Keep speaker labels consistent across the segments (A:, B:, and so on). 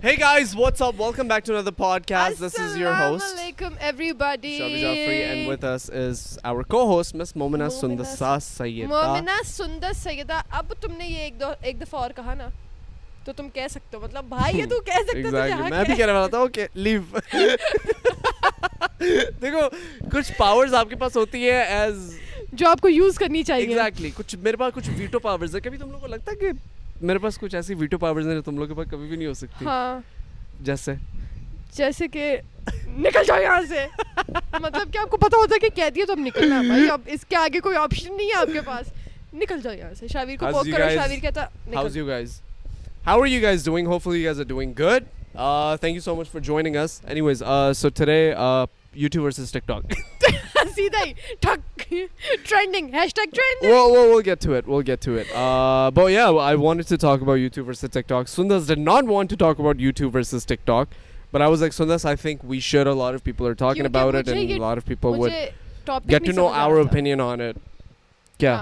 A: Hey guys, what's up? Welcome back to another podcast. This is your host,
B: Assalamualaikum, everybody.
A: Shabi Jafri, and with us is our co-host, Miss Momina
B: Momina
A: Sundasa Sayyeda.
B: مومنہ سندر سیدہ اب تم نے یہ ایک دو ایک دفعہ اور کہا نا تو تم کہہ سکتے ہو مطلب بھائی یہ تو کہہ سکتے ہو
A: Exactly. میں بھی کہنے والا تھا اوکے لیو دیکھو کچھ پاورز آپ کے پاس ہوتی ہے ایز
B: جو آپ کو یوز کرنی چاہیے
A: ایگزیکٹلی کچھ میرے پاس کچھ ویٹو پاورز ہے کبھی تم لوگ کو لگتا ہے کہ میرے پاس کچھ ایسی ویٹو پاورز ہیں جو تم لوگ کے پاس کبھی بھی نہیں ہو سکتی
B: ہاں
A: جیسے
B: جیسے کہ نکل جاؤ یہاں سے مطلب کہ آپ کو پتا ہوتا ہے کہ کہہ دیا تو اب نکلنا ہے بھائی اب اس کے آگے کوئی آپشن نہیں ہے آپ کے پاس نکل جاؤ یہاں سے شاویر کو
A: How's
B: پوک
A: you
B: کرو
A: guys?
B: شاویر کہتا
A: How's
B: نکل
A: you guys? How are you guys doing? Hopefully, you guys are doing good. Uh, thank you so much for joining us. Anyways, uh, so today, uh, YouTube versus TikTok.
B: سیدھا ہی ٹھک trending hashtag trending
A: we'll, we'll, we'll get to it. We'll get to it. Uh, but yeah, I wanted to talk about YouTube versus TikTok. Sundas did not want to talk about YouTube versus TikTok. But I was like, Sundas, I think we should. A lot of people are talking
B: Kyunki
A: about it,
B: mujhe
A: and a
B: ye-
A: lot of people would
B: مجھے topic
A: get to know our opinion on it. کیا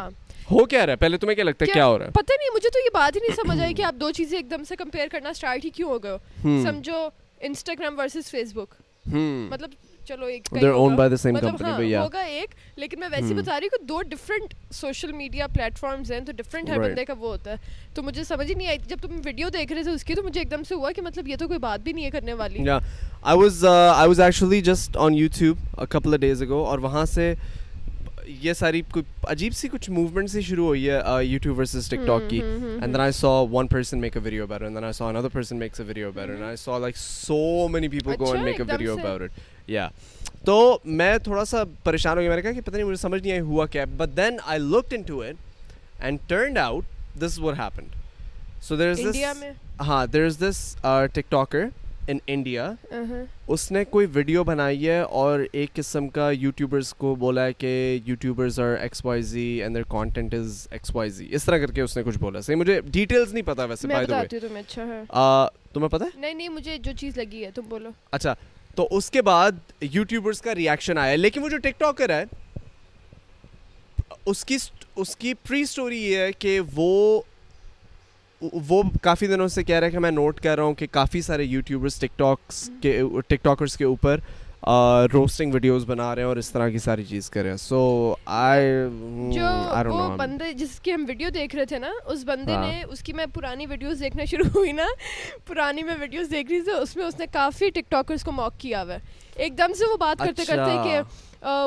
A: ہو کیا رہا ہے پہلے تمہیں کیا لگتا ہے کیا ہو رہا ہے
B: ہاں۔ پتہ نہیں مجھے تو یہ بات ہی نہیں سمجھ آئی کہ آپ دو چیزیں ایک دم سے کمپیئر کرنا اسٹارٹ ہی کیوں ہو گئے ہو
A: Hmm.
B: سمجھو Instagram versus Facebook
A: Hmm.
B: مطلب چلو ایک کا ہی
A: They're owned
B: ہوگا۔
A: by the same
B: مطلب
A: company,
B: ہاں،
A: but yeah.
B: ہوگا ایک لیکن میں ویسے ہی بتا رہی ہوں کہ دو different social media platforms ہیں تو ڈفرینٹ ہر
A: Right.
B: بندے کا وہ ہوتا ہے تو مجھے سمجھ ہی نہیں آئی جب تم ویڈیو دیکھ رہے تھے اس کی تو مجھے ایک دم سے ہوا کہ مطلب یہ تو کوئی بات بھی نہیں ہے کرنے والی
A: Yeah, I was uh, I was actually just on YouTube a couple of days ago اور وہاں سے یہ ساری کوئی عجیب سی کچھ موومنٹ سی شروع ہوئی ہے یوٹیوب ورسز ٹک ٹاک کی and then I saw one person make a video about and then I saw another person makes a video about it and I saw like so many people go and
B: اچھا،
A: make a
B: ایک دم
A: video
B: سے۔
A: about it yeah تو میں تھوڑا سا پریشان ہو گیا میں نے کہا کہ پتہ نہیں مجھے سمجھ نہیں آئی ہوا کیا but then I looked into it and turned out this is what happened so there is
B: India
A: this
B: میں
A: ہاں there is this tick talker in India اس نے کوئی ویڈیو بنائی ہے اور ایک قسم کا یوٹیوبرس کو بولا ہے کہ YouTubers are X Y Z and their content is X Y Z اس طرح کر کے اس نے کچھ بولا صحیح مجھے ڈیٹیلز نہیں پتا ویسے
B: میں
A: بائی دا
B: بتاتی ہوں تمہیں اچھا ہے
A: وے تمہیں پتا ہے
B: نہیں نہیں مجھے جو چیز لگی ہے تم بولو
A: اچھا تو اس کے بعد یوٹیوبرس کا ریئیکشن آیا لیکن وہ جو ٹک ٹاکر ہے اس کی اس کی پری اسٹوری یہ ہے کہ وہ وہ کافی دنوں سے کہہ رہا ہے کہ میں نوٹ کر رہا ہوں کہ کافی سارے یوٹیوبرس ٹک ٹاکس کے ٹک ٹاکرس کے اوپر روسٹنگ ویڈیوز بنا رہے ہیں اور اس طرح کی ساری چیز کر رہے ہیں سو آئی
B: جو وہ بندے جس کی ہم ویڈیو دیکھ رہے تھے نا اس بندے نے اس کی میں پرانی ویڈیوز دیکھنا شروعو ہوئی نا پرانی میں ویڈیوز دیکھ رہی تھی اس میں اس نے کافی ٹک ٹاکرس کو موک کیا ہوا ہے ایک دم سے وہ بات کرتے کرتے کہ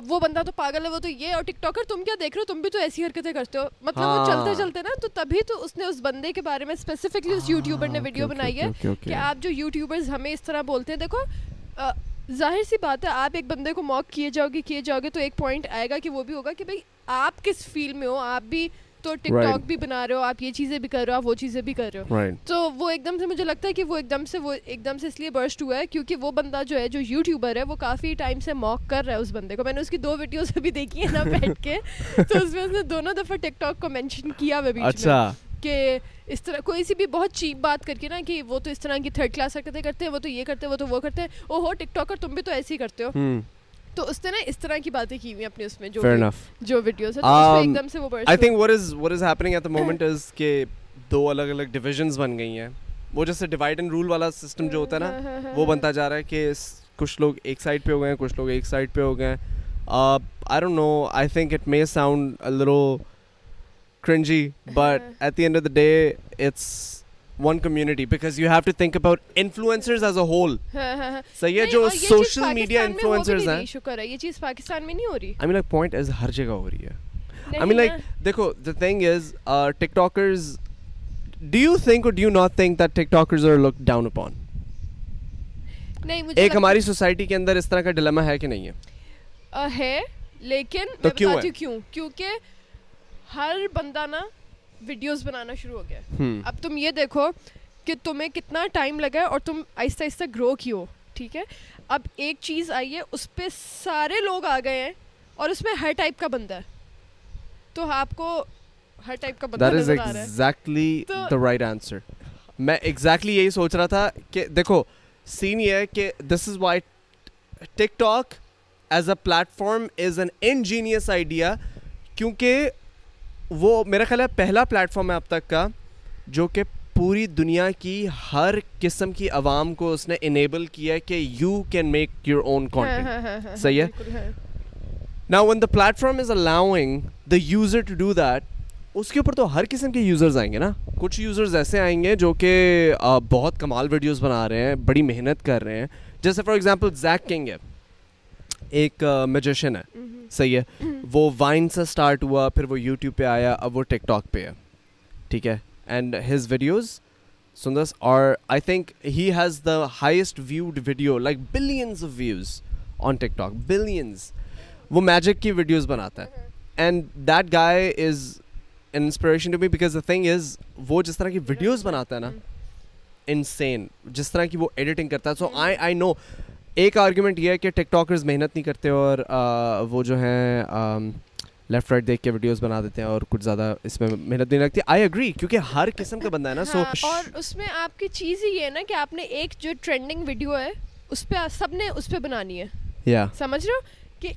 B: وہ بندہ تو پاگل ہے وہ تو یہ اور ٹک ٹاکر تم کیا دیکھ رہے ہو تم بھی تو ایسی حرکتیں کرتے ہو مطلب وہ چلتے چلتے نا تو تبھی تو اس نے اس بندے کے بارے میں اسپیسیفکلی اس یوٹیوبر نے ویڈیو بنائی ہے کہ آپ جو یوٹیوبرز ہمیں اس طرح بولتے ہیں دیکھو آ، ظاہر سی بات ہے آپ ایک بندے کو موک کیے جاؤ گے کیے جاؤ گے تو ایک پوائنٹ آئے گا کہ وہ بھی ہوگا کہ بھائی آپ کس فیلڈ میں ہو آپ بھی تو ٹک
A: Right.
B: ٹاک بھی بنا رہے ہو آپ یہ چیزیں بھی کر رہے ہو آپ وہ چیزیں بھی کر رہے ہو
A: رائٹ
B: تو وہ ایک دم سے مجھے لگتا ہے کہ وہ ایک دم سے وہ ایک دم سے اس لیے برسٹ ہوا ہے کیونکہ وہ بندہ جو ہے جو یوٹیوبر ہے وہ کافی ٹائم سے موک کر رہا ہے اس بندے کو میں نے اس کی دو ویڈیوز ابھی دیکھی ہیں نا بیٹھ کے تو اس میں اس نے دونوں دفعہ ٹک ٹاک کو مینشن کیا ہوا ہے بیچ میں
A: اچھا
B: کہ اس طرح کوئی سی بھی بہت چیپ بات کر کے نا کہ وہ تو اس طرح کی تھرڈ کلاس حرکتیں کرتے ہیں وہ تو یہ کرتے ہیں وہ تو وہ کرتے ہیں او ہو ٹک ٹاکر تم بھی تو ایسے ہی کرتے ہو تو اس نے نا اس طرح کی باتیں کی ہوئی ہیں اپنے اس میں جو
A: فیئر
B: بھی-
A: انف
B: جو ویڈیوز ہیں
A: Um,
B: ایک دم سے وہ burst
A: آئی
B: ہوئی۔
A: Think what is what is happening at the moment is کہ دو الگ الگ ڈویژنس بن گئی ہیں وہ جیسے ڈیوائڈ اینڈ رول والا سسٹم جو ہوتا ہے نا وہ بنتا جا رہا ہے کہ کچھ لوگ ایک سائڈ پہ ہو گئے ہیں کچھ لوگ ایک سائڈ پہ ہو گئے ہیں I don't know I think it may sound low cringy but at the end of the day it's one community because you have to think about influencers as a whole
B: ہاں، ہاں، ہاں۔
A: صحیح ہے
B: نہیں،
A: جو
B: اور یہ چیز
A: سوشل
B: پاکستان
A: میڈیا
B: میں ہو بھی
A: انفلوئنسرز
B: نہیں،
A: ہیں
B: شکر ہے یہ چیز پاکستان میں نہیں ہو رہی
A: I mean like point is ہر جگہ ہو رہی ہے آئی مین
B: نہیں
A: لائک
B: نا۔
A: دیکھو the thing is TikTokers do you think اور do you not think that TikTokers are look down upon
B: نہیں مجھے
A: ایک
B: لگتا-
A: ہماری سوسائٹی کے اندر اس طرح کا ڈلما ہے کہ نہیں ہے
B: آ، ہے لیکن میں
A: تو کیوں
B: بتاتی
A: ہے؟
B: ہوں کیوں کیونکہ ہر بندہ نا ویڈیوز بنانا شروع ہو گیا ہے۔
A: ہوں
B: اب تم یہ دیکھو کہ تمہیں کتنا ٹائم لگا ہے اور تم آہستہ آہستہ گرو کی ہو ٹھیک ہے اب ایک چیز آئی ہے اس پہ سارے لوگ آ گئے ہیں اور اس میں ہر ٹائپ کا بندہ ہے تو آپ کو ہر ٹائپ کا بندہ
A: دیٹ از
B: نظر آ رہا ہے
A: ایگزیکٹلی
B: تو-
A: دا رائٹ آنسر میں ایگزیکٹلی یہی سوچ رہا تھا کہ دیکھو سین یہ ہے کہ this is why TikTok as a platform is an ingenious idea کیونکہ وہ میرا خیال ہے پہلا پلیٹ فارم ہے اب تک کا جو کہ پوری دنیا کی ہر قسم کی عوام کو اس نے انیبل کیا ہے کہ you can make your own
B: ہاں،
A: کانٹینٹ صحیح ہے نا when the platform is allowing the user to do that اس کے اوپر تو ہر قسم کے یوزرز آئیں گے نا کچھ یوزرز ایسے آئیں گے جو کہ آ، بہت کمال ویڈیوز بنا رہے ہیں بڑی محنت کر رہے ہیں جیسے فار ایگزامپل زیک کنگ ہے ایک میجیشین ہے صحیح ہے وہ وائن سے اسٹارٹ ہوا پھر وہ یوٹیوب پہ آیا اب وہ ٹک ٹاک پہ ہے ٹھیک ہے اینڈ ہز ویڈیوز سندس اور I think he has the highest viewed video like billions of views on TikTok billions وہ میجک کی ویڈیوز بناتا ہے and that guy is inspiration to me because the thing is وہ جس طرح کی ویڈیوز بناتا ہے نا انسین جس طرح کی وہ ایڈیٹنگ کرتا ہے سو آئی آئی نو ایک آرگیومنٹ یہ ہے کہ ٹک ٹاکرز محنت نہیں کرتے اور وہ جو ہیں لیفٹ رائٹ دیکھ کے ویڈیوز بنا دیتے ہیں اور کچھ زیادہ اس میں محنت نہیں لگتی آئی اگری کیونکہ ہر قسم کا بندہ ہے نا سو
B: ہاں، اور اس میں آپ کی چیز ہی یہ ہے نا کہ آپ نے ایک جو ٹرینڈنگ ویڈیو ہے اس پہ سب نے اس پہ بنانی ہے
A: یا
B: سمجھ رہے ہو کہ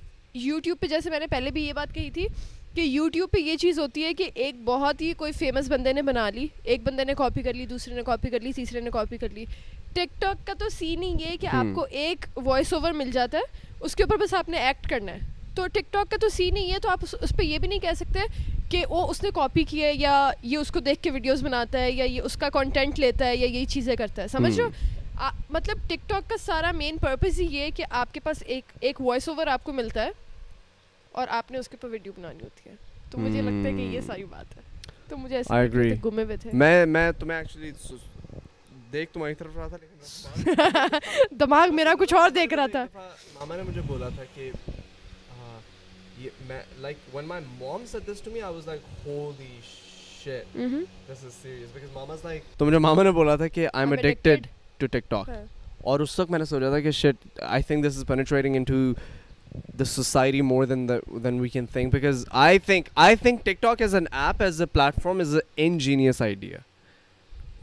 B: یوٹیوب پہ جیسے میں نے پہلے بھی یہ بات کہی تھی کہ یوٹیوب پہ یہ چیز ہوتی ہے کہ ایک بہت ہی کوئی فیمس بندے نے بنا لی ایک بندے نے کاپی کر لی دوسرے نے کاپی کر لی تیسرے نے کاپی کر لی ٹک ٹاک کا تو سین ہی یہ ہے کہ آپ کو ایک وائس اوور مل جاتا ہے اس کے اوپر بس آپ نے ایکٹ کرنا ہے تو ٹک ٹاک کا تو سین ہی ہے تو آپ اس پہ یہ بھی نہیں کہہ سکتے کہ وہ اس نے کاپی کیا ہے یا یہ اس کو دیکھ کے ویڈیوز بناتا ہے یا یہ اس کا کانٹینٹ لیتا ہے یا یہی چیزیں کرتا ہے سمجھ رہے ہو آ- مطلب ٹک ٹاک کا سارا مین پرپز ہی یہ ہے کہ آپ کے پاس ایک ایک وائس اوور آپ کو ملتا ہے اور آپ نے اس کے اوپر ویڈیو بنانی ہوتی ہے تو مجھے لگتا ہے کہ یہ ساری بات ہے تو مجھے
A: I agree.
B: ایسے گھومے ہوئے تھے
A: میں میں تمہیں ایکچولی دیکھ تمہاری طرف رہا تھا لیکن
B: دماغ میرا کچھ اور دیکھ رہا تھا
A: ماما نے مجھے بولا تھا کہ ہاں یہ میں like one my mom said this to me I was like holy shit this is serious because mama is like تو مجھے ماما نے بولا تھا کہ I am
B: I'm
A: addicted
B: addicted.
A: To TikTok
B: ہاں۔
A: اور اس وقت میں نے سوچا تھا کہ shit I think this is penetrating into the society more than then we can think because I think I think TikTok as an app as a platform is a ingenious idea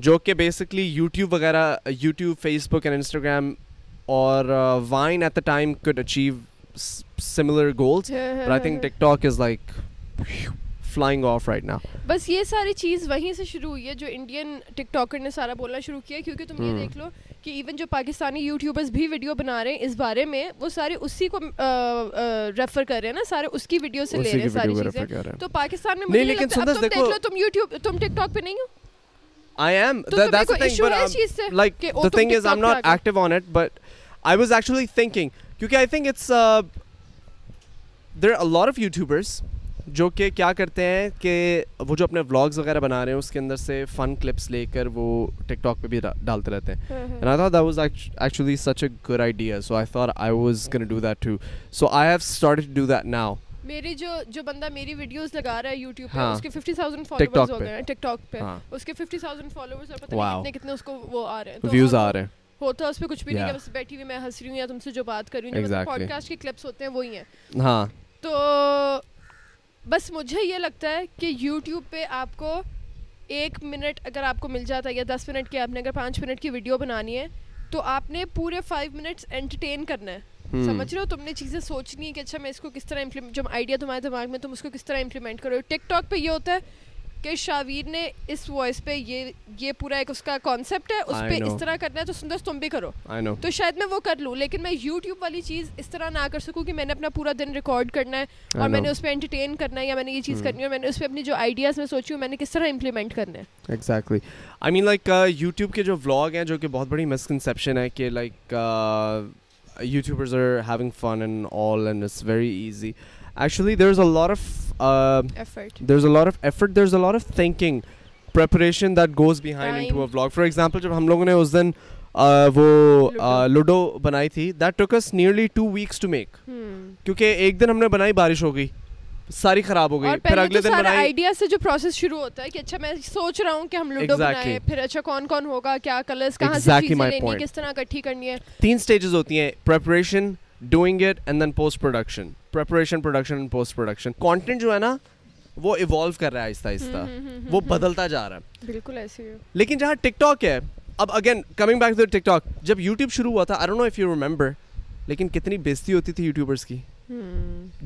A: جو کہ basically YouTube وغیرہ YouTube Facebook and Instagram اور Vine at the time could achieve similar goals I think TikTok is like flying off right نا
B: بس یہ ساری چیز وہیں سے شروع ہوئی ہے جو انڈین ٹک ٹاکر نے سارا بولنا شروع کیا ہے کیونکہ تم یہ دیکھ لو کہ ایون جو پاکستانی یوٹیوبرز بھی ویڈیو بنا رہے ہیں اس بارے میں وہ سارے اسی کو ریفر کر رہے ہیں نا سارے اس کی ویڈیو سے لے رہے ہیں ساری چیزیں تو پاکستان میں مجھے نہیں لگتا اب تم دیکھ لو تم یوٹیوب تم ٹک ٹاک پہ نہیں ہو
A: آئی ایم
B: تو تمہیں کوئی issue ہے اس چیز سے
A: لائک
B: کہ وہ
A: دا
B: تم
A: thing
B: TikTok
A: is I
B: talk پہ آ
A: ناٹ
B: گئے؟
A: Active on it but I was actually thinking کیونکہ I think it's there are lot of YouTubers جو کہ کیا کرتے ہیں کہ وہ جو اپنے ولاگز وغیرہ بنا رہے ہیں اس کے اندر سے فن کلپس لے کر وہ ٹک ٹاک پہ بھی ڈالتے رہتے ہیں
B: ہاں،
A: And I thought that was act- actually such a good idea. So I thought I was going to do that too. So I have started to do that now.
B: میرے جو جو بندہ میری ویڈیوز لگا رہا ہے یوٹیوب پہ
A: ہاں۔
B: اس کے fifty thousand
A: TikTok
B: followers ہو
A: پہ۔
B: گئے ہیں ٹک ٹاک پہ
A: ہاں۔
B: اس کے ففٹی تھاؤزینڈ فالوورز اور پتہ
A: Wow.
B: نہیں کتنے کتنے اس کو وہ آ رہے ہیں تو
A: Views
B: اور
A: آ رہے ہیں.
B: ہوتا اس پہ کچھ بھی نہیں ہے
A: Yeah.
B: بس بیٹھی ہوئی میں ہنس رہی ہوں یا تم سے جو بات کر رہی ہوں جو
A: Exactly.
B: پوڈ کاسٹ کے کلپس ہوتے ہیں وہی ہیں
A: ہاں
B: تو بس مجھے یہ لگتا ہے کہ یوٹیوب پہ آپ کو ایک منٹ اگر آپ کو مل جاتا ہے یا دس منٹ کی آپ نے اگر پانچ منٹ کی ویڈیو بنانی ہے تو آپ نے پورے فائیو منٹس انٹرٹین کرنا ہے
A: Hmm.
B: سمجھ رہے ہو تم نے چیزیں سوچنی ہے کہ اچھا میں اس کو کس طرح implement- جو آئیڈیا تمہارے دماغ میں تم اس کو کس طرح امپلیمنٹ کرو ٹک ٹاک پہ یہ ہوتا ہے کہ شاویر نے اس وائس پہ یہ یہ پورا ایک اس کا کانسیپٹ ہے اس
A: I
B: پہ
A: know.
B: اس طرح کرنا ہے تو سندر تم بھی کرو
A: Hmm, I know.
B: تو شاید میں وہ کر لوں لیکن میں یوٹیوب والی چیز اس طرح نہ کر سکوں کہ میں نے اپنا پورا دن ریکارڈ کرنا ہے اور میں نے اس پہ انٹرٹین کرنا ہے یا میں نے یہ چیز
A: Hmm.
B: کرنی ہے میں نے اس پہ اپنی جو آئیڈیاز میں سوچی ہوں میں نے کس طرح امپلیمنٹ کرنا ہے
A: exactly I mean like YouTube کے جو ولاگ ہیں جو کہ بہت بڑی مسکنسیپشن ہے کہ like uh, YouTubers are having fun and all and it's very easy actually there is a lot of
B: effort
A: there is a lot of effort there is a lot of thinking preparation that goes behind in
B: Time.
A: To a vlog for example جب ہم لوگوں نے اس دن uh, وہ ludo بنائی تھی that took us nearly two weeks to make
B: Hmm.
A: کیونکہ ایک دن ہم نے بنائی بارش ہو گئی ساری خراب ہو
B: اور
A: گئی پھر
B: پہلے
A: اگلے
B: تو
A: دن
B: سارا
A: بنائی
B: آئیڈیا سے جو پروسیس شروع ہوتا ہے کہ اچھا میں سوچ رہا ہوں کہ ہم لوڈو بنائیں پھر اچھا کون کون ہوگا کیا کلرز کہاں سے چیزیں لینی ہے کس طرح اکٹھی کرنی ہے
A: تین اسٹیجز ہوتی ہیں preparation doing it and then post production preparation production and post production content جو ہے نا وہ ایوالو کر رہا ہے آہستہ آہستہ
B: Hmm,
A: وہ بدلتا جا رہا ہے
B: بالکل ایسے ہی
A: لیکن جہاں ٹک ٹاک ہے اب again coming back to TikTok جب یوٹیوب شروع ہوا تھا I don't know if you remember لیکن کتنی بےزتی ہوتی تھی یوٹیوبرس کی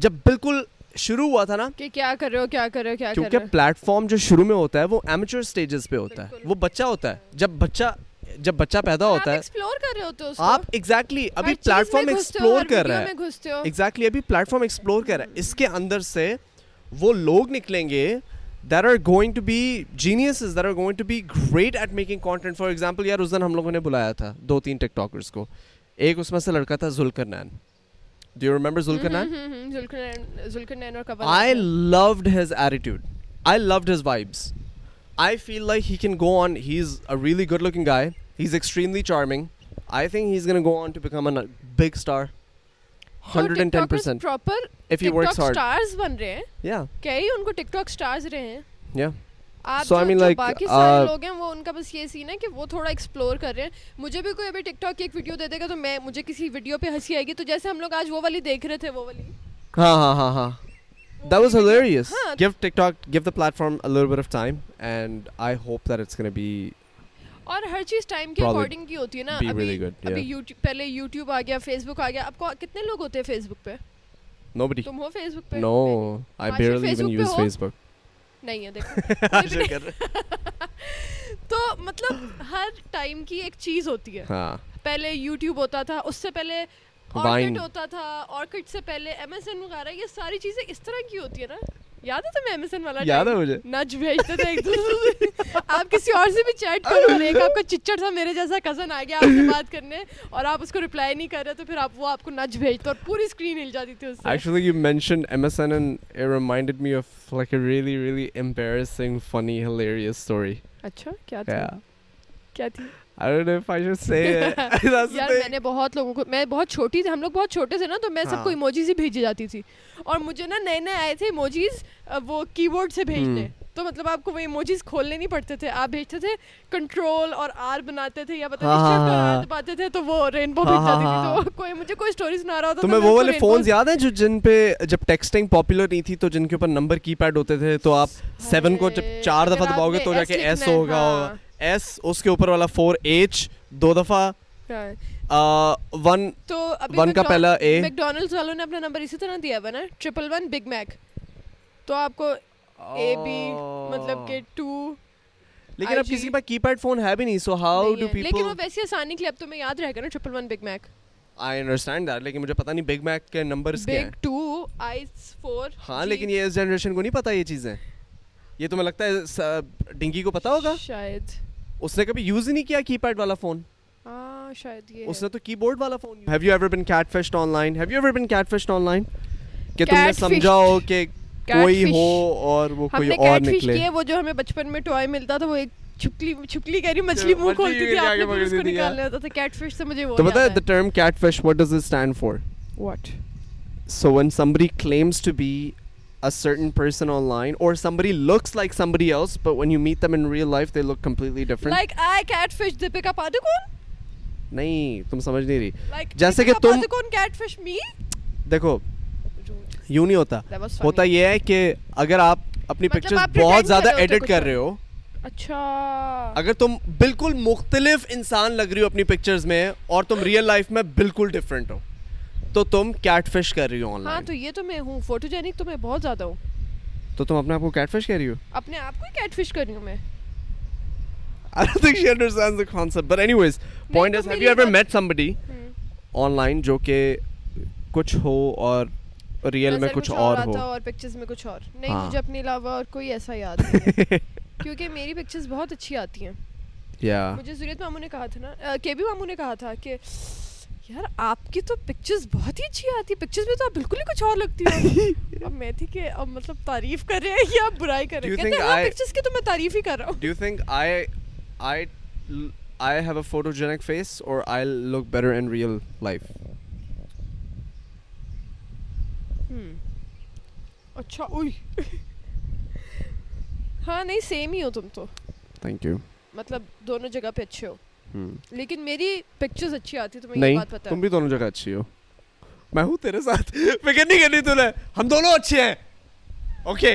A: جب بالکل شروع ہوا تھا نا
B: Hmm. کہ کیا کر رہے ہو کیا کر رہے ہو کیا کر
A: کیونکہ
B: رہے ہو
A: پلیٹ فارم جو شروع میں ہوتا ہے وہ ایمیچور سٹیجز پہ ہوتا ہے وہ بچہ ہوتا ہے جب بچہ جب بچہ پیدا ہوتا ہے
B: ایکسپلور کر رہے ہوتے اس
A: آپ ایگزیکٹلی ابھی پلیٹ فارم ایکسپلور کر رہا ہے
B: گھستے ہو
A: ایگزیکٹلی ابھی پلیٹ فارم ایکسپلور کر رہا ہے اس کے اندر سے وہ لوگ نکلیں گے there are going to be geniuses there are going to be great at making content for example یار اس دن ہم لوگوں نے بلایا تھا دو تین ٹک ٹاکرس کو ایک اس میں سے لڑکا تھا ذوالکر نین ڈو یو ریمبر ذوالکر
B: Mm-hmm,
A: نین
B: ذوالکرنین اور
A: I
B: couple
A: loved his attitude I loved his vibes I feel like he can go on he is a really good looking guy he is extremely charming I think he is gonna go on to become a big star
B: Oh,
A: hundred and ten percent
B: proper
A: If he works hard.
B: Stars بن رہے ہیں
A: یا
B: کیا ہی ان کو ٹک talk stars رہے ہیں
A: یا
B: آپ
A: So, I mean,
B: جو
A: like,
B: باقی
A: uh,
B: سارے لوگ ہیں وہ ان کا بس یہ سین ہے کہ وہ تھوڑا ایکسپلور کر رہے ہیں مجھے بھی کوئی ابھی ٹک ٹاک کی ایک ویڈیو دے دے گا تو میں مجھے کسی ویڈیو پہ ہنسی آئے گی تو جیسے ہم لوگ آج وہ والی دیکھ رہے تھے وہ والی
A: ہاں ہاں ہاں ہاں
B: وہ
A: دیٹ واز
B: والی video-
A: ہلیریس
B: ہاں
A: give TikTok give the platform bit of time and I hope that it's gonna be
B: اور ہر چیز ٹائم کے
A: Probably
B: اکارڈنگ کی ہوتی ہے نا
A: be really
B: ابھی
A: good, yeah.
B: ابھی YouTube- پہلے یوٹیوب آ گیا فیس بک آ گیا آپ کو کتنے لوگ ہوتے ہیں فیس بک پہ
A: نو بڈی
B: تم ہو فیس بک پہ
A: no I
B: Aaj bhi
A: barely even
B: Facebook pe
A: use
B: ho?
A: Facebook
B: نہیں ہے دیکھو تو مطلب ہر ٹائم کی ایک چیز ہوتی ہے
A: ہاں
B: پہلے یوٹیوب ہوتا تھا اس سے پہلے
A: Vine.
B: آرکٹ ہوتا تھا آرکٹ سے پہلے ایم ایس این وغیرہ یہ ساری چیزیں اس طرح کی ہوتی ہے نا یاد ہے تمہیں ایم ایس این والا
A: یاد ہے مجھے
B: نج بھیجتے تھے ایک دوسرے سے آپ کسی اور سے بھی چیٹ کرو اور ایک آپ کا چچڑ تھا میرے جیسا کزن آ گیا آپ سے بات کرنے اور آپ اس کو رپلائی نہیں کر رہے تو پھر آپ وہ آپ کو نج بھیجتے اور پوری اسکرین ہل جاتی تھی اس سے
A: Actually, you mentioned MSN and it reminded me of like a really, really embarrassing, funny, hilarious story.
B: اچھا کیا تھا
A: Yeah.
B: کیا تھی
A: I don't know if I should say it. That's the
B: یار میں
A: thing.
B: نے بہت لوگوں کو میں بہت چھوٹی تھی ہم لوگ بہت چھوٹے تھے نا تو میں
A: ہاں۔
B: سب کو ایموجیز ہی بھیجی جاتی تھی اور مجھے نا نئے نئے آئے تھے ایموجیز وہ کی بورڈ سے بھیجنے تو مطلب آپ کو وہ ایموجیز کھولنے نہیں پڑتے تھے آپ بھیجتے تھے کنٹرول اور آر بناتے تھے یا
A: ہاں،
B: پتہ پاتے تھے تو وہ رینبو بھیج جاتی تھی تو کوئی مجھے کوئی اسٹوری سنا رہا ہوتا
A: تمہیں ہاں۔ وہ والے فونز یاد ہیں جو جن پہ جب ٹیکسٹنگ پاپولر نہیں تھی تو جن کے اوپر نمبر کی پیڈ ہوتے تھے تو آپ سیون کو جب چار دفعہ دباؤ گے تو جا کے ایس ہوگا
B: ہاں۔
A: ایس اس کے اوپر والا فور ایچ دو دفعہ ون
B: ہاں۔ تو
A: ون کا پہلا اے
B: میکڈونلڈ والوں نے اپنا نمبر اسی طرح دیا ہوا نا ٹریپل ون بگ میک تو آپ کو اے بی
A: Oh۔
B: مطلب کہ ٹو
A: لیکن اب کسی کے پاس کی پیڈ فون ہے بھی نہیں سو ہاؤ
B: نہیں
A: ڈو
B: ہے۔ لیکن وہ
A: پیپل
B: ویسی آسانی کے لیے اب تمہیں یاد رہے گا نا triple one Big Mac
A: I understand that لیکن مجھے پتا نہیں بگ میک کے نمبرس کیا ہیں
B: بگ ٹو آئی فور
A: ہاں لیکن یہ اس جنریشن کو نہیں پتا یہ چیزیں یہ تمہیں لگتا ہے ڈنگی کو پتا ہوگا
B: شاید
A: اس نے کبھی یوز ہی نہیں کیا کی پیڈ والا فون
B: ہاں شاید یہ
A: اس نے تو کی بورڈ والا phone have you ever been catfished online have you ever been catfished online کہ تم نے سمجھا ہو کہ کوئی ہو اور وہ
B: ہم
A: کوئی
B: نے
A: اور
B: کیٹ فش
A: نکلے
B: کیے وہ جو ہمیں بچپن میں ٹوائے ملتا تھا وہ ایک چھپکلی چھپکلی کری مچھلی منہ کھولتی تھی آپ نے پھر اس کو نکالنا ہوتا تھا کیٹ فش سے مجھے وہ
A: تو پتا ہے the term catfish what does stand for
B: what
A: so one somebody claims to be a certain person online or somebody looks like somebody else but when you meet them in real life they look completely different
B: like I catfish Deepika Padukone
A: نہیں تم سمجھ نہیں رہی
B: like
A: جیسے کہ تم-
B: Padukone catfish me
A: دیکھو یوں نہیں ہوتا ہوتا یہ ہے کہ اگر آپ اپنی
B: مطلب
A: پکچر
B: آپ pretend
A: بہت
B: کر
A: زیادہ
B: رہے ہوتے
A: ایڈٹ
B: کچھ
A: کر
B: اور۔
A: رہے ہو
B: اچھا
A: اگر تم بالکل مختلف انسان لگ رہی ہو اپنی پکچرز میں اور تم ریئل لائف میں بالکل ڈفرینٹ ہو تو تم کیٹ فش کر رہی ہو آن
B: ہاں
A: لائن
B: تو یہ تو میں ہوں فوٹوجینک تو میں بہت زیادہ ہوں
A: تو تم اپنے آپ کو کیٹ فش کہہ رہی ہو
B: اپنے آپ کو کیٹ فش کر رہی ہوں میں
A: I don't think she understands the concept. But anyways, point
B: تو
A: is, have
B: میری
A: you ever
B: بات- ہاں۔
A: met somebody online جو کہ کچھ ہو اور ریئل میں
B: نظر
A: کچھ اور ہو
B: آتا اور پکچرز میں کچھ اور نہیں
A: ہاں۔
B: مجھے اپنے علاوہ اور کوئی ایسا یاد نہیں ہے کیونکہ میری پکچرز بہت اچھی آتی ہیں
A: ہاں۔ یا
B: مجھے زوریت ماموں نے کہا تھا نا کے بی ماموں نے کہا تھا کہ یار آپ کی تو پکچرز بہت ہی اچھی آتی ہے پکچرز میں تو آپ بالکل ہی کچھ اور لگتی ہو اب میں تھی کہ اب مطلب تعریف کر رہے ہیں یا آپ برائی کر رہے
A: Do
B: ہیں
A: you
B: کہتے
A: think
B: ہیں
A: I-
B: پکچرز کی تو میں تعریف ہی کر رہا ہوں
A: Do you think I, I, I have a photogenic face or I look better in real life?
B: ہم۔ اچھا اوئی ہاں نہیں سیم ہی ہو تم تو
A: Thank you.
B: مطلب دونوں جگہ پہ اچھے ہو
A: Hmm.
B: لیکن میری پکچرز اچھی آتی تمہیں یہ
A: نہیں
B: بات پتا
A: تم بھی دونوں جگہ اچھی ہو میں ہوں تیرے ساتھ فکر نہیں کرنی تو نے ہم دونوں اچھے ہیں اوکے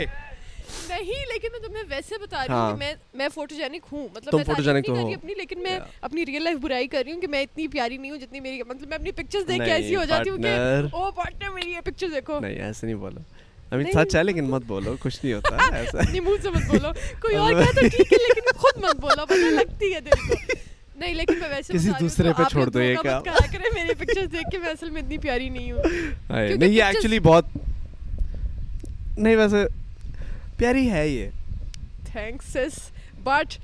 B: نہیں لیکن میں تمہیں ویسے بتا
A: ہاں۔
B: رہی ہوں کہ میں میں فوٹوجینک ہوں مطلب میں اپنی لیکن میں اپنی ریئل لائف برائی کر رہی ہوں کہ میں اتنی پیاری نہیں ہوں جتنی میری مطلب میں اپنی پکچرز دیکھ کے ایسی ہو جاتی ہوں کہ او پارٹنر میری یہ پکچر دیکھو
A: eh, نہیں ایسے نہیں بولا I mean,
B: نہیں۔
A: سچ ہے لیکن مت بولو کچھ نہیں ہوتا ایسا
B: اپنے منہ سے مت بولو کوئی اور کہے تو ٹھیک ہے لیکن خود مت بولو پتہ لگتی ہے دل کو نہیں لیکن میں ویسے
A: کسی
B: بتا رہی ہوں،
A: دوسرے
B: تو
A: پہ
B: آپ
A: چھوڑ
B: لوگ
A: دو یہ
B: دھوکہ مت
A: کام۔
B: کرا کریں، میری پکچرز دیکھ کے میں اصل میں اتنی پیاری نہیں ہوں
A: ہے۔ نہیں یہ ایکچولی بہت نہیں ویسے پیاری ہے یہ
B: تھینکس سس بٹ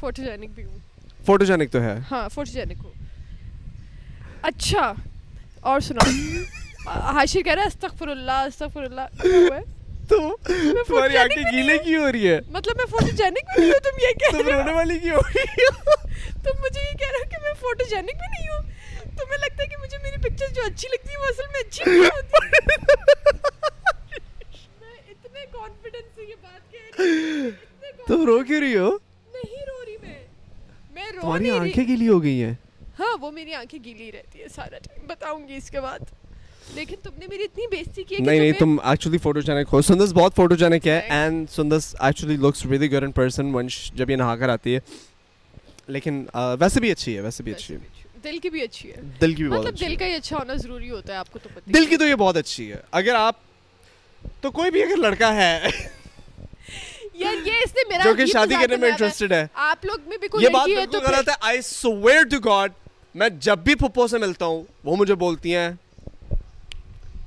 B: فوٹوجینک بھی ہوں
A: فوٹوجینک تو ہے
B: ہاں فوٹوجینک ہوں اچھا اور سناؤ حاشر کہہ رہا ہے استغفر اللہ استغفر اللہ کیا ہوا ہے؟
A: تو
B: photogenic
A: تمہاری آنکھیں
B: بھی
A: گیلے کی ہو رہی ہے
B: مطلب میں فوٹوجینک بھی نہیں ہوں تم یہ کہہ
A: تم
B: رہے ہو
A: رونے والی کی ہو رہی ہو
B: تم مجھے یہ کہہ رہے ہو کہ میں فوٹوجینک بھی نہیں ہوں تمہیں لگتا ہے کہ مجھے میری پکچر جو اچھی لگتی ہے وہ اصل میں اچھی نہیں ہوتی میں اتنے کانفیڈنس سے یہ بات کہہ رہی ہوں اتنے
A: تم
B: confidence-
A: رو کیوں رہی ہو
B: نہیں رو رہی میں میں رو
A: تمہاری
B: نہیں
A: آنکھیں
B: رہی
A: گیلی ہو گئی ہیں
B: ہاں وہ میری آنکھیں گیلی رہتی ہے سارا ٹائم بتاؤں گی اس کے بعد لیکن تم نے میری اتنی بےزتی کی ہے کہ
A: نہیں نہیں
B: تمہیں-
A: تم ایکچولی فوٹوجینک ہو سندس بہت فوٹوجینک ہے
B: Thanks.
A: And Sundas actually looks very good in person once جب یہ نہا کر آتی ہے لیکن آ، ویسے بھی اچھی ہے ویسے بھی اچھی ہے
B: دل کی بھی اچھی ہے
A: دل کی بھی بہت
B: مطلب
A: اچھی
B: دل
A: ہے
B: کا ہی اچھا ہونا ضروری ہوتا ہے آپ کو تو پتہ
A: دل
B: ہی
A: کی
B: ہے۔
A: تو یہ بہت اچھی ہے اگر آپ تو کوئی بھی اگر لڑکا ہے
B: یار یہ اس نے میرا
A: جو کہ
B: یہ
A: شادی
B: مذاق
A: کرنے میں
B: بنایا ہوا ہے۔
A: انٹرسٹڈ ہے
B: آپ لوگ میں بھی کوئی
A: یہ بات
B: لڑکی ہے تو
A: بالکل غلط ہے آئی سویئر ٹو گاڈ میں جب بھی پھپھو سے ملتا ہوں وہ مجھے بولتی ہیں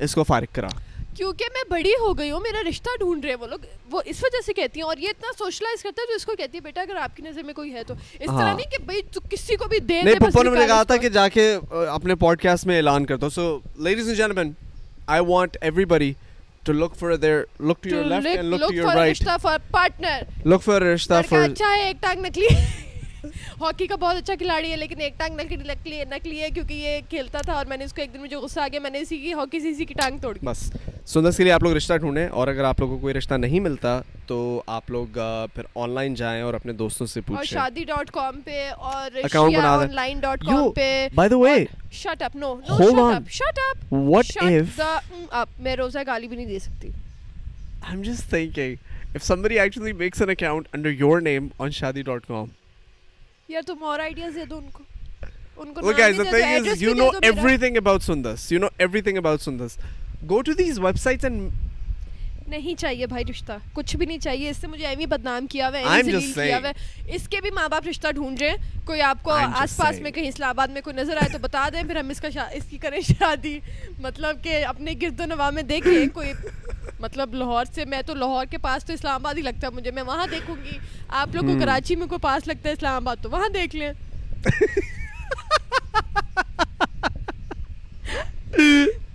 A: اس کو فارغ کرا
B: کیونکہ میں بڑی ہو گئی ہوں میرا رشتہ ڈھونڈ رہے ہیں وہ لوگ وہ اس وجہ سے کہتی ہیں اور یہ اتنا سوشلائز کرتا ہے جو اس کو کہتی ہے بیٹا اگر آپ کی نظر میں کوئی ہے تو اس طرح
A: ہاں۔
B: نہیں کہ بھائی تو کسی کو بھی دے دے
A: نہیں
B: بس
A: پپو نے مجھے
B: نکال
A: کہا
B: اس
A: تھا
B: کو۔
A: کہ جا کے اپنے پوڈ کاسٹ میں اعلان کرتا ہوں so ladies and gentlemen I want everybody to look for their look to your
B: To
A: left
B: look-
A: and look
B: look
A: to your
B: for a
A: right
B: رشتہ for partner.
A: لک فار رشتہ
B: لڑکا
A: for
B: اچھا ہے ایک ٹانگ نکلی hockey کا بہت اچھا کھلاڑی ہے لیکن ایک ٹانگ نکلی نکلی نکلی ہے کیونکہ یہ کھیلتا تھا اور میں نے اس کو ایک دن مجھے غصہ آ گیا میں نے اسی کی ہاکی سے اسی کی ٹانگ توڑ دی
A: بس سندس کے لیے آپ لوگ رشتہ ڈھونڈیں اور اگر آپ لوگوں کو کوئی رشتہ نہیں ملتا تو آپ لوگ پھر آن لائن جائیں اور اپنے دوستوں سے
B: اور
A: پوچھیں
B: شادی ڈاٹ کام پہ اور
A: Account بنا دیں۔
B: Online dot
A: Yo,
B: com پہ
A: by the way,
B: shut up know
A: hold
B: shut
A: on.
B: Up shut up
A: what F
B: میں روزہ گالی بھی نہیں دے سکتی
A: I'm just thinking, if somebody actually makes an account under your name on Shadi.com.
B: یار تم اور آئیڈیاز دے دو ان کو ان کو
A: Look, guys, the thing is, you know everything about Sundas. You know everything about Sundas. Go to these websites and
B: نہیں چاہیے بھائی رشتہ کچھ بھی نہیں چاہیے اس سے مجھے ایمی بدنام کیا ہوا ہے
A: I'm
B: ایمی
A: just
B: ذلیل کیا
A: saying.
B: ہوا ہے اس کے بھی ماں باپ رشتہ ڈھونڈ رہے ہیں کوئی آپ کو
A: I'm just
B: آس پاس میں
A: saying.
B: کہیں اسلام آباد میں کوئی نظر آئے تو بتا دیں پھر ہم اس کا شا- اس کی کریں شادی مطلب کہ اپنے گرد و نواح میں دیکھیں کوئی مطلب لاہور سے میں تو لاہور کے پاس تو اسلام آباد ہی لگتا ہے مجھے میں وہاں دیکھوں گی آپ لوگ
A: Hmm.
B: کو کراچی میں کوئی پاس لگتا ہے اسلام آباد تو وہاں دیکھ لیں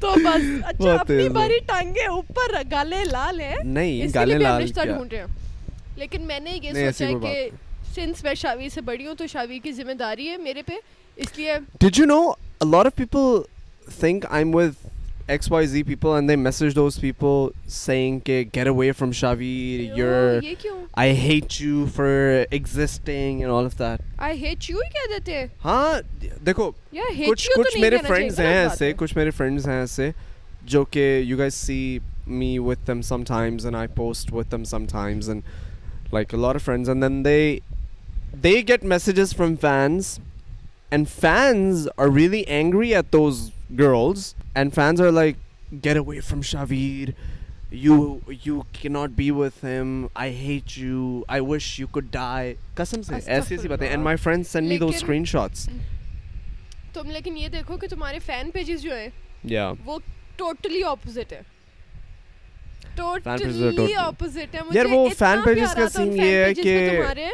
B: تو بس اچھا
A: بہت
B: اپنی
A: تیز ہے۔
B: باری ٹانگے اوپر گالے لال ہیں
A: نہیں
B: اس کے لیے
A: گالے
B: بھی ہم
A: لال
B: رشتہ
A: کیا
B: ڈھونڈ رہے ہیں لیکن میں نے یہ
A: نہیں،
B: سوچا
A: ایسی
B: ہے
A: کوئی
B: کہ سنس میں شاوی سے بڑی ہوں تو شاوی کی ذمہ داری ہے میرے پہ اس لیے
A: Did you know a lot of people think I'm with XYZ people and they message those people saying "Ke, get away from Shavi, you're
B: یہ کیوں
A: I hate you for existing and all of that.
B: I hate you ہی کہہ دیتے ہیں
A: ہاں دیکھو
B: یار heat
A: کچھ
B: یو
A: کچھ
B: تو نہیں
A: میرے
B: کہنا چاہیے
A: فرینڈز ہیں
B: غلط بات
A: ایسے
B: ہے۔
A: کچھ میرے فرینڈز ہیں ایسے جو کہ you guys see me with them sometimes and I post with them sometimes and like our friends and then they they get messages from fans and fans are really angry at those girls and fans are like get away from Shahveer you you can not be with him I hate you I wish you could die قسم سے ایسی ایسی باتیں and my friend send me دو
B: لیکن-
A: screen shots
B: تم لیکن یہ دیکھو کہ تمہارے فین پیجز جو ہیں
A: یا
B: وہ ٹوٹلی اپوزٹ ہے
A: pages are
B: totally
A: totally-
B: opposite ہے
A: یار وہ fan pages کا scene یہ ہے کہ-
B: تمہارے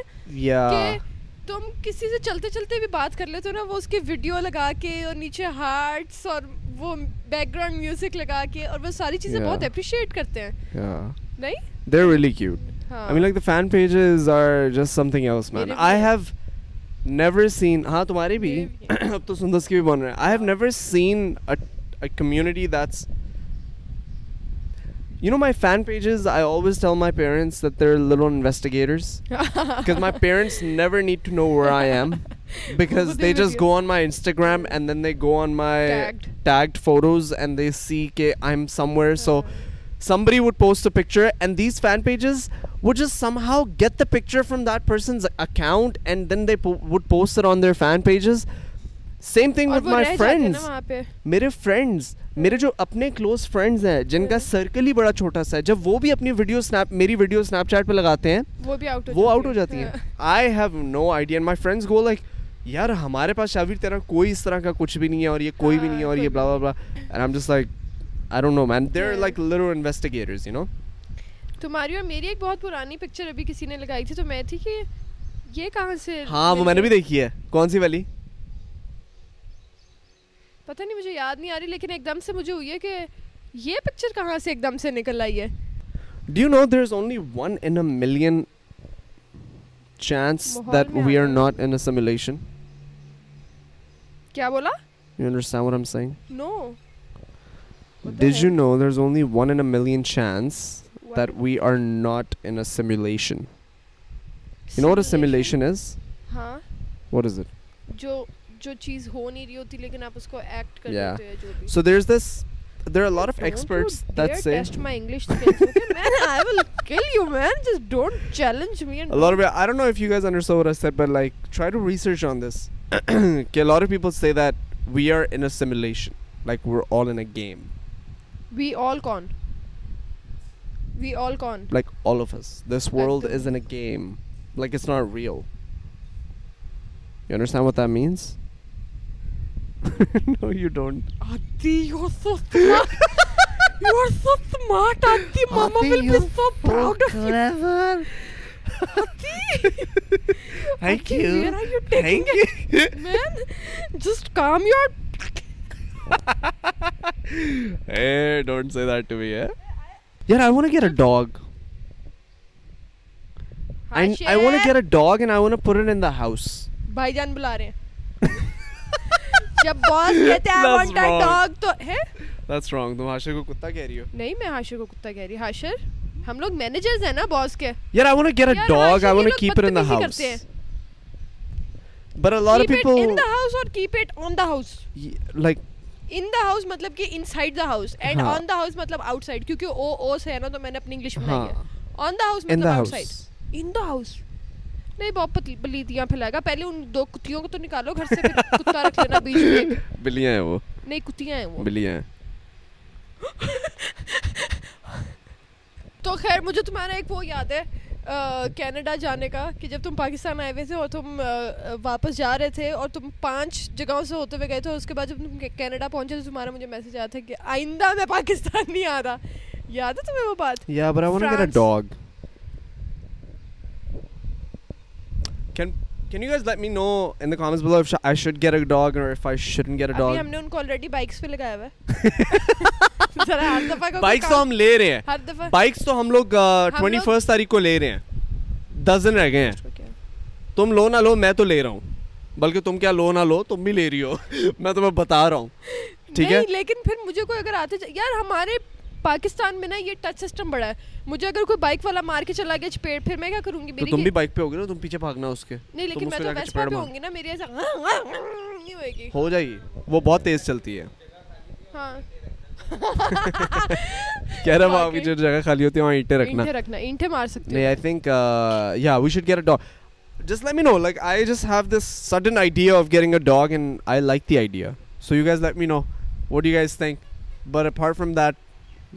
A: یا
B: کہ تم کسی سے چلتے چلتے بھی بات کر لیتے ہو نا وہ اس کی ویڈیو لگا کے اور نیچے ہارٹس اور وہ بیک گراؤنڈ میوزک لگا کے اور وہ ساری چیزیں
A: Yeah.
B: بہت اپریشیٹ کرتے ہیں
A: Yeah.
B: نہیں
A: They're really cute.
B: ہاں
A: I mean, like, the fan pages are just something else, man.
B: میرے بھی
A: I
B: ہے۔
A: have never seen. ہاں تمہارے بھی
B: میرے بھی
A: اب تو سندس کے بھی بن رہے ہیں I have never seen community that's you know my fan pages I always tell my parents that there little انویسٹیگیٹرس because my parents never need to know where I am because they
B: But they will
A: just
B: know.
A: go on my Instagram and then they go on my
B: Tagged.
A: tagged photos and they see that I'm somewhere.
B: Uh.
A: So somebody would post a picture and these fan pages would just somehow get the picture from that person's account and then they po- would post it on their fan pages. Same thing
B: اور
A: with
B: وہ
A: my
B: رہ جاتے ہیں نا
A: friends
B: وہاں پہ
A: میرے friends میرے جو اپنے کلوز فرینڈز ہیں جن کا سرکل ہی بڑا چھوٹا سا ہے جب وہ بھی اپنی ویڈیو سنیپ میری ویڈیو سنیپ چیٹ پہ لگاتے ہیں
B: وہ بھی آؤٹ
A: وہ آؤٹ ہو جاتی ہیں
B: ہاں۔
A: I have no idea my friends go like یار ہمارے پاس شاویر تیرا کوئی اس طرح کا کچھ بھی نہیں ہے اور یہ کوئی بھی نہیں ہے اور یہ blah blah and I'm just like I don't know man there like little investigators you know
B: تمہاری اور میری ایک بہت پرانی پکچر ابھی کسی نے لگائی تھی تو میں تھی کہ یہ کہاں سے
A: ہاں وہ میں نے بھی دیکھی ہے کون سی والی
B: پتہ نہیں مجھے یاد نہیں آ رہی لیکن ایک دم سے مجھے ہوئی ہے کہ یہ پکچر کہاں سے ایک دم سے نکل آئی ہے
A: do you know there is only one in a million chance that we are not in simulation
B: کیا بولا
A: you understand what I'm saying
B: no
A: dad you know there is only one in a million chance that
B: you
A: we are not in a simulation you know what a simulation is
B: ہاں
A: what is it
B: جو جو چیز ہو نہیں رہی ہوتی لیکن آپ اس کو ایکٹ کر
A: Yeah.
B: دیتے ہو جو بھی
A: so there is this there are lot of experts that say
B: test my English man I will kill you man just don't challenge me and
A: lot of I don't know if you guys understand what I said, but like try to research on this. okay, a lot of people say that we are in a simulation, like we're all in a game,
B: we all con we all con
A: like all of us. This world
B: the-
A: is in a game, like it's not real. You understand what that means? no, you don't.
B: آتی you are so smart you are so smart آتی mama will be so proud of you
A: clever.
B: آتی
A: Thank
B: Aunty,
A: you.
B: where are you taking
A: Thank you.
B: Main just calm your
A: hey, don't say that to me, eh? yeah? Yeah, I want to get a dog. And I want to get a dog and I want to put it in the house.
B: بھائی جان بلا رہے ہیں جب boss کہتے ہیں want a dog تو ہے
A: That's wrong. تم ہاشر کو کتا کہہ رہی ہو
B: نہیں میں حاشر کو کتا کہہ رہی حاشر ہم لوگ مینیجرز ہیں نا باس کے
A: یار I want get a
B: Yeah,
A: dog
B: Harsha,
A: I
B: ye
A: want
B: log
A: keep it in the
B: badtameezi
A: house
B: karte hain.
A: But a lot of
B: keep it in
A: people
B: the house اور keep it on the house
A: like
B: in the house مطلب کہ inside the house and
A: ہاں.
B: On the house مطلب outside کیونکہ او اوس ہے نا تو میں نے اپنی انگلش
A: ہاں
B: بنائی ہے آن دا ہاؤس
A: ان
B: مطلب
A: the
B: out
A: house
B: side in the house نہیں بہت پتلی پلیتیاں پھیلائے گا پہلے ان دو کتیوں کو تو نکالو گھر سے پھر کتا رکھ لینا بیچ میں ایک.
A: بلیاں ہیں وہ
B: نہیں کتیاں ہیں وہ
A: بلیاں ہیں
B: تو خیر مجھے تمہارا ایک وہ یاد ہے آ، کینیڈا جانے کا کہ جب تم پاکستان آئے ہوئے تھے اور تم آ، آ، واپس جا رہے تھے اور تم پانچ جگہوں سے ہوتے ہوئے گئے تھے اور اس کے بعد جب تم کی- کینیڈا پہنچے تو تمہارا مجھے میسج آیا تھا کہ آئندہ میں پاکستان نہیں آ رہا یاد ہے تمہیں وہ بات
A: یا but I want get a
B: France.
A: Dog can can you guess let me know in the comments below if I should get a dog or if I shouldn't get a
B: ابھی ہم
A: dog
B: نے ان کو already bikes پہ لگایا ہوا ہے ذرا ہر دفعہ کا
A: بائکس تو ہم لے رہے ہیں
B: ہر دفعہ
A: بائکس تو ہم لوگ ٹوئنٹی فرسٹ تاریخ کو لے رہے ہیں دس دن رہ گئے ہیں تم لو نہ لو میں تو لے رہا ہوں بلکہ تم کیا لو نہ لو تم بھی لے رہی ہو میں تمہیں بتا رہا ہوں ٹھیک ہے
B: نہیں لیکن پھر مجھے کوئی اگر آتے یار ہمارے پاکستان میں نا یہ ٹچ سسٹم بڑا ہے مجھے اگر کوئی بائک والا مار کے چلا گیا چپیٹ پھر میں کیا کروں گی
A: تو
B: میری
A: تم بھی بائک پہ ہوگی نا تم پیچھے بھاگنا اس کے
B: نہیں لیکن میں تو ویسپا پہ ہوں گی نا میری ایسا نہیں ہوئے گی
A: ہو جائے گی وہ بہت تیز چلتی ہے
B: ہاں
A: کہہ رہا وہاں کی جو جگہ خالی ہوتی ہے وہاں اینٹیں رکھنا
B: اینٹے رکھنا اینٹے مار سکتے
A: نہیں آئی تھنک یا we should get a dog just let me know like I just have this sudden idea of getting a dog and I like the idea so you guys let me know what you guys think but apart from that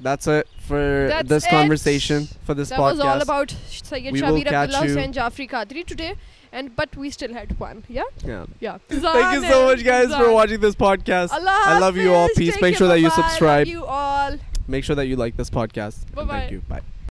A: that's for this conversation for this
B: That was all
A: podcast
B: about Syed
A: We will
B: Shabir
A: catch
B: Abdullah
A: you.
B: Hussain Jafri Qadri today and but we still had one yeah
A: Yeah.
B: yeah
A: Thank you so much, guys, for
B: Zan.
A: watching this podcast.
B: Allah
A: I love you all.
B: Hafiz.
A: Peace.
B: Take
A: Make
B: care.
A: sure that you
B: Bye-bye. I love
A: subscribe.
B: you all
A: Make sure that you like this podcast. And
B: Bye-bye.
A: Thank you. Bye.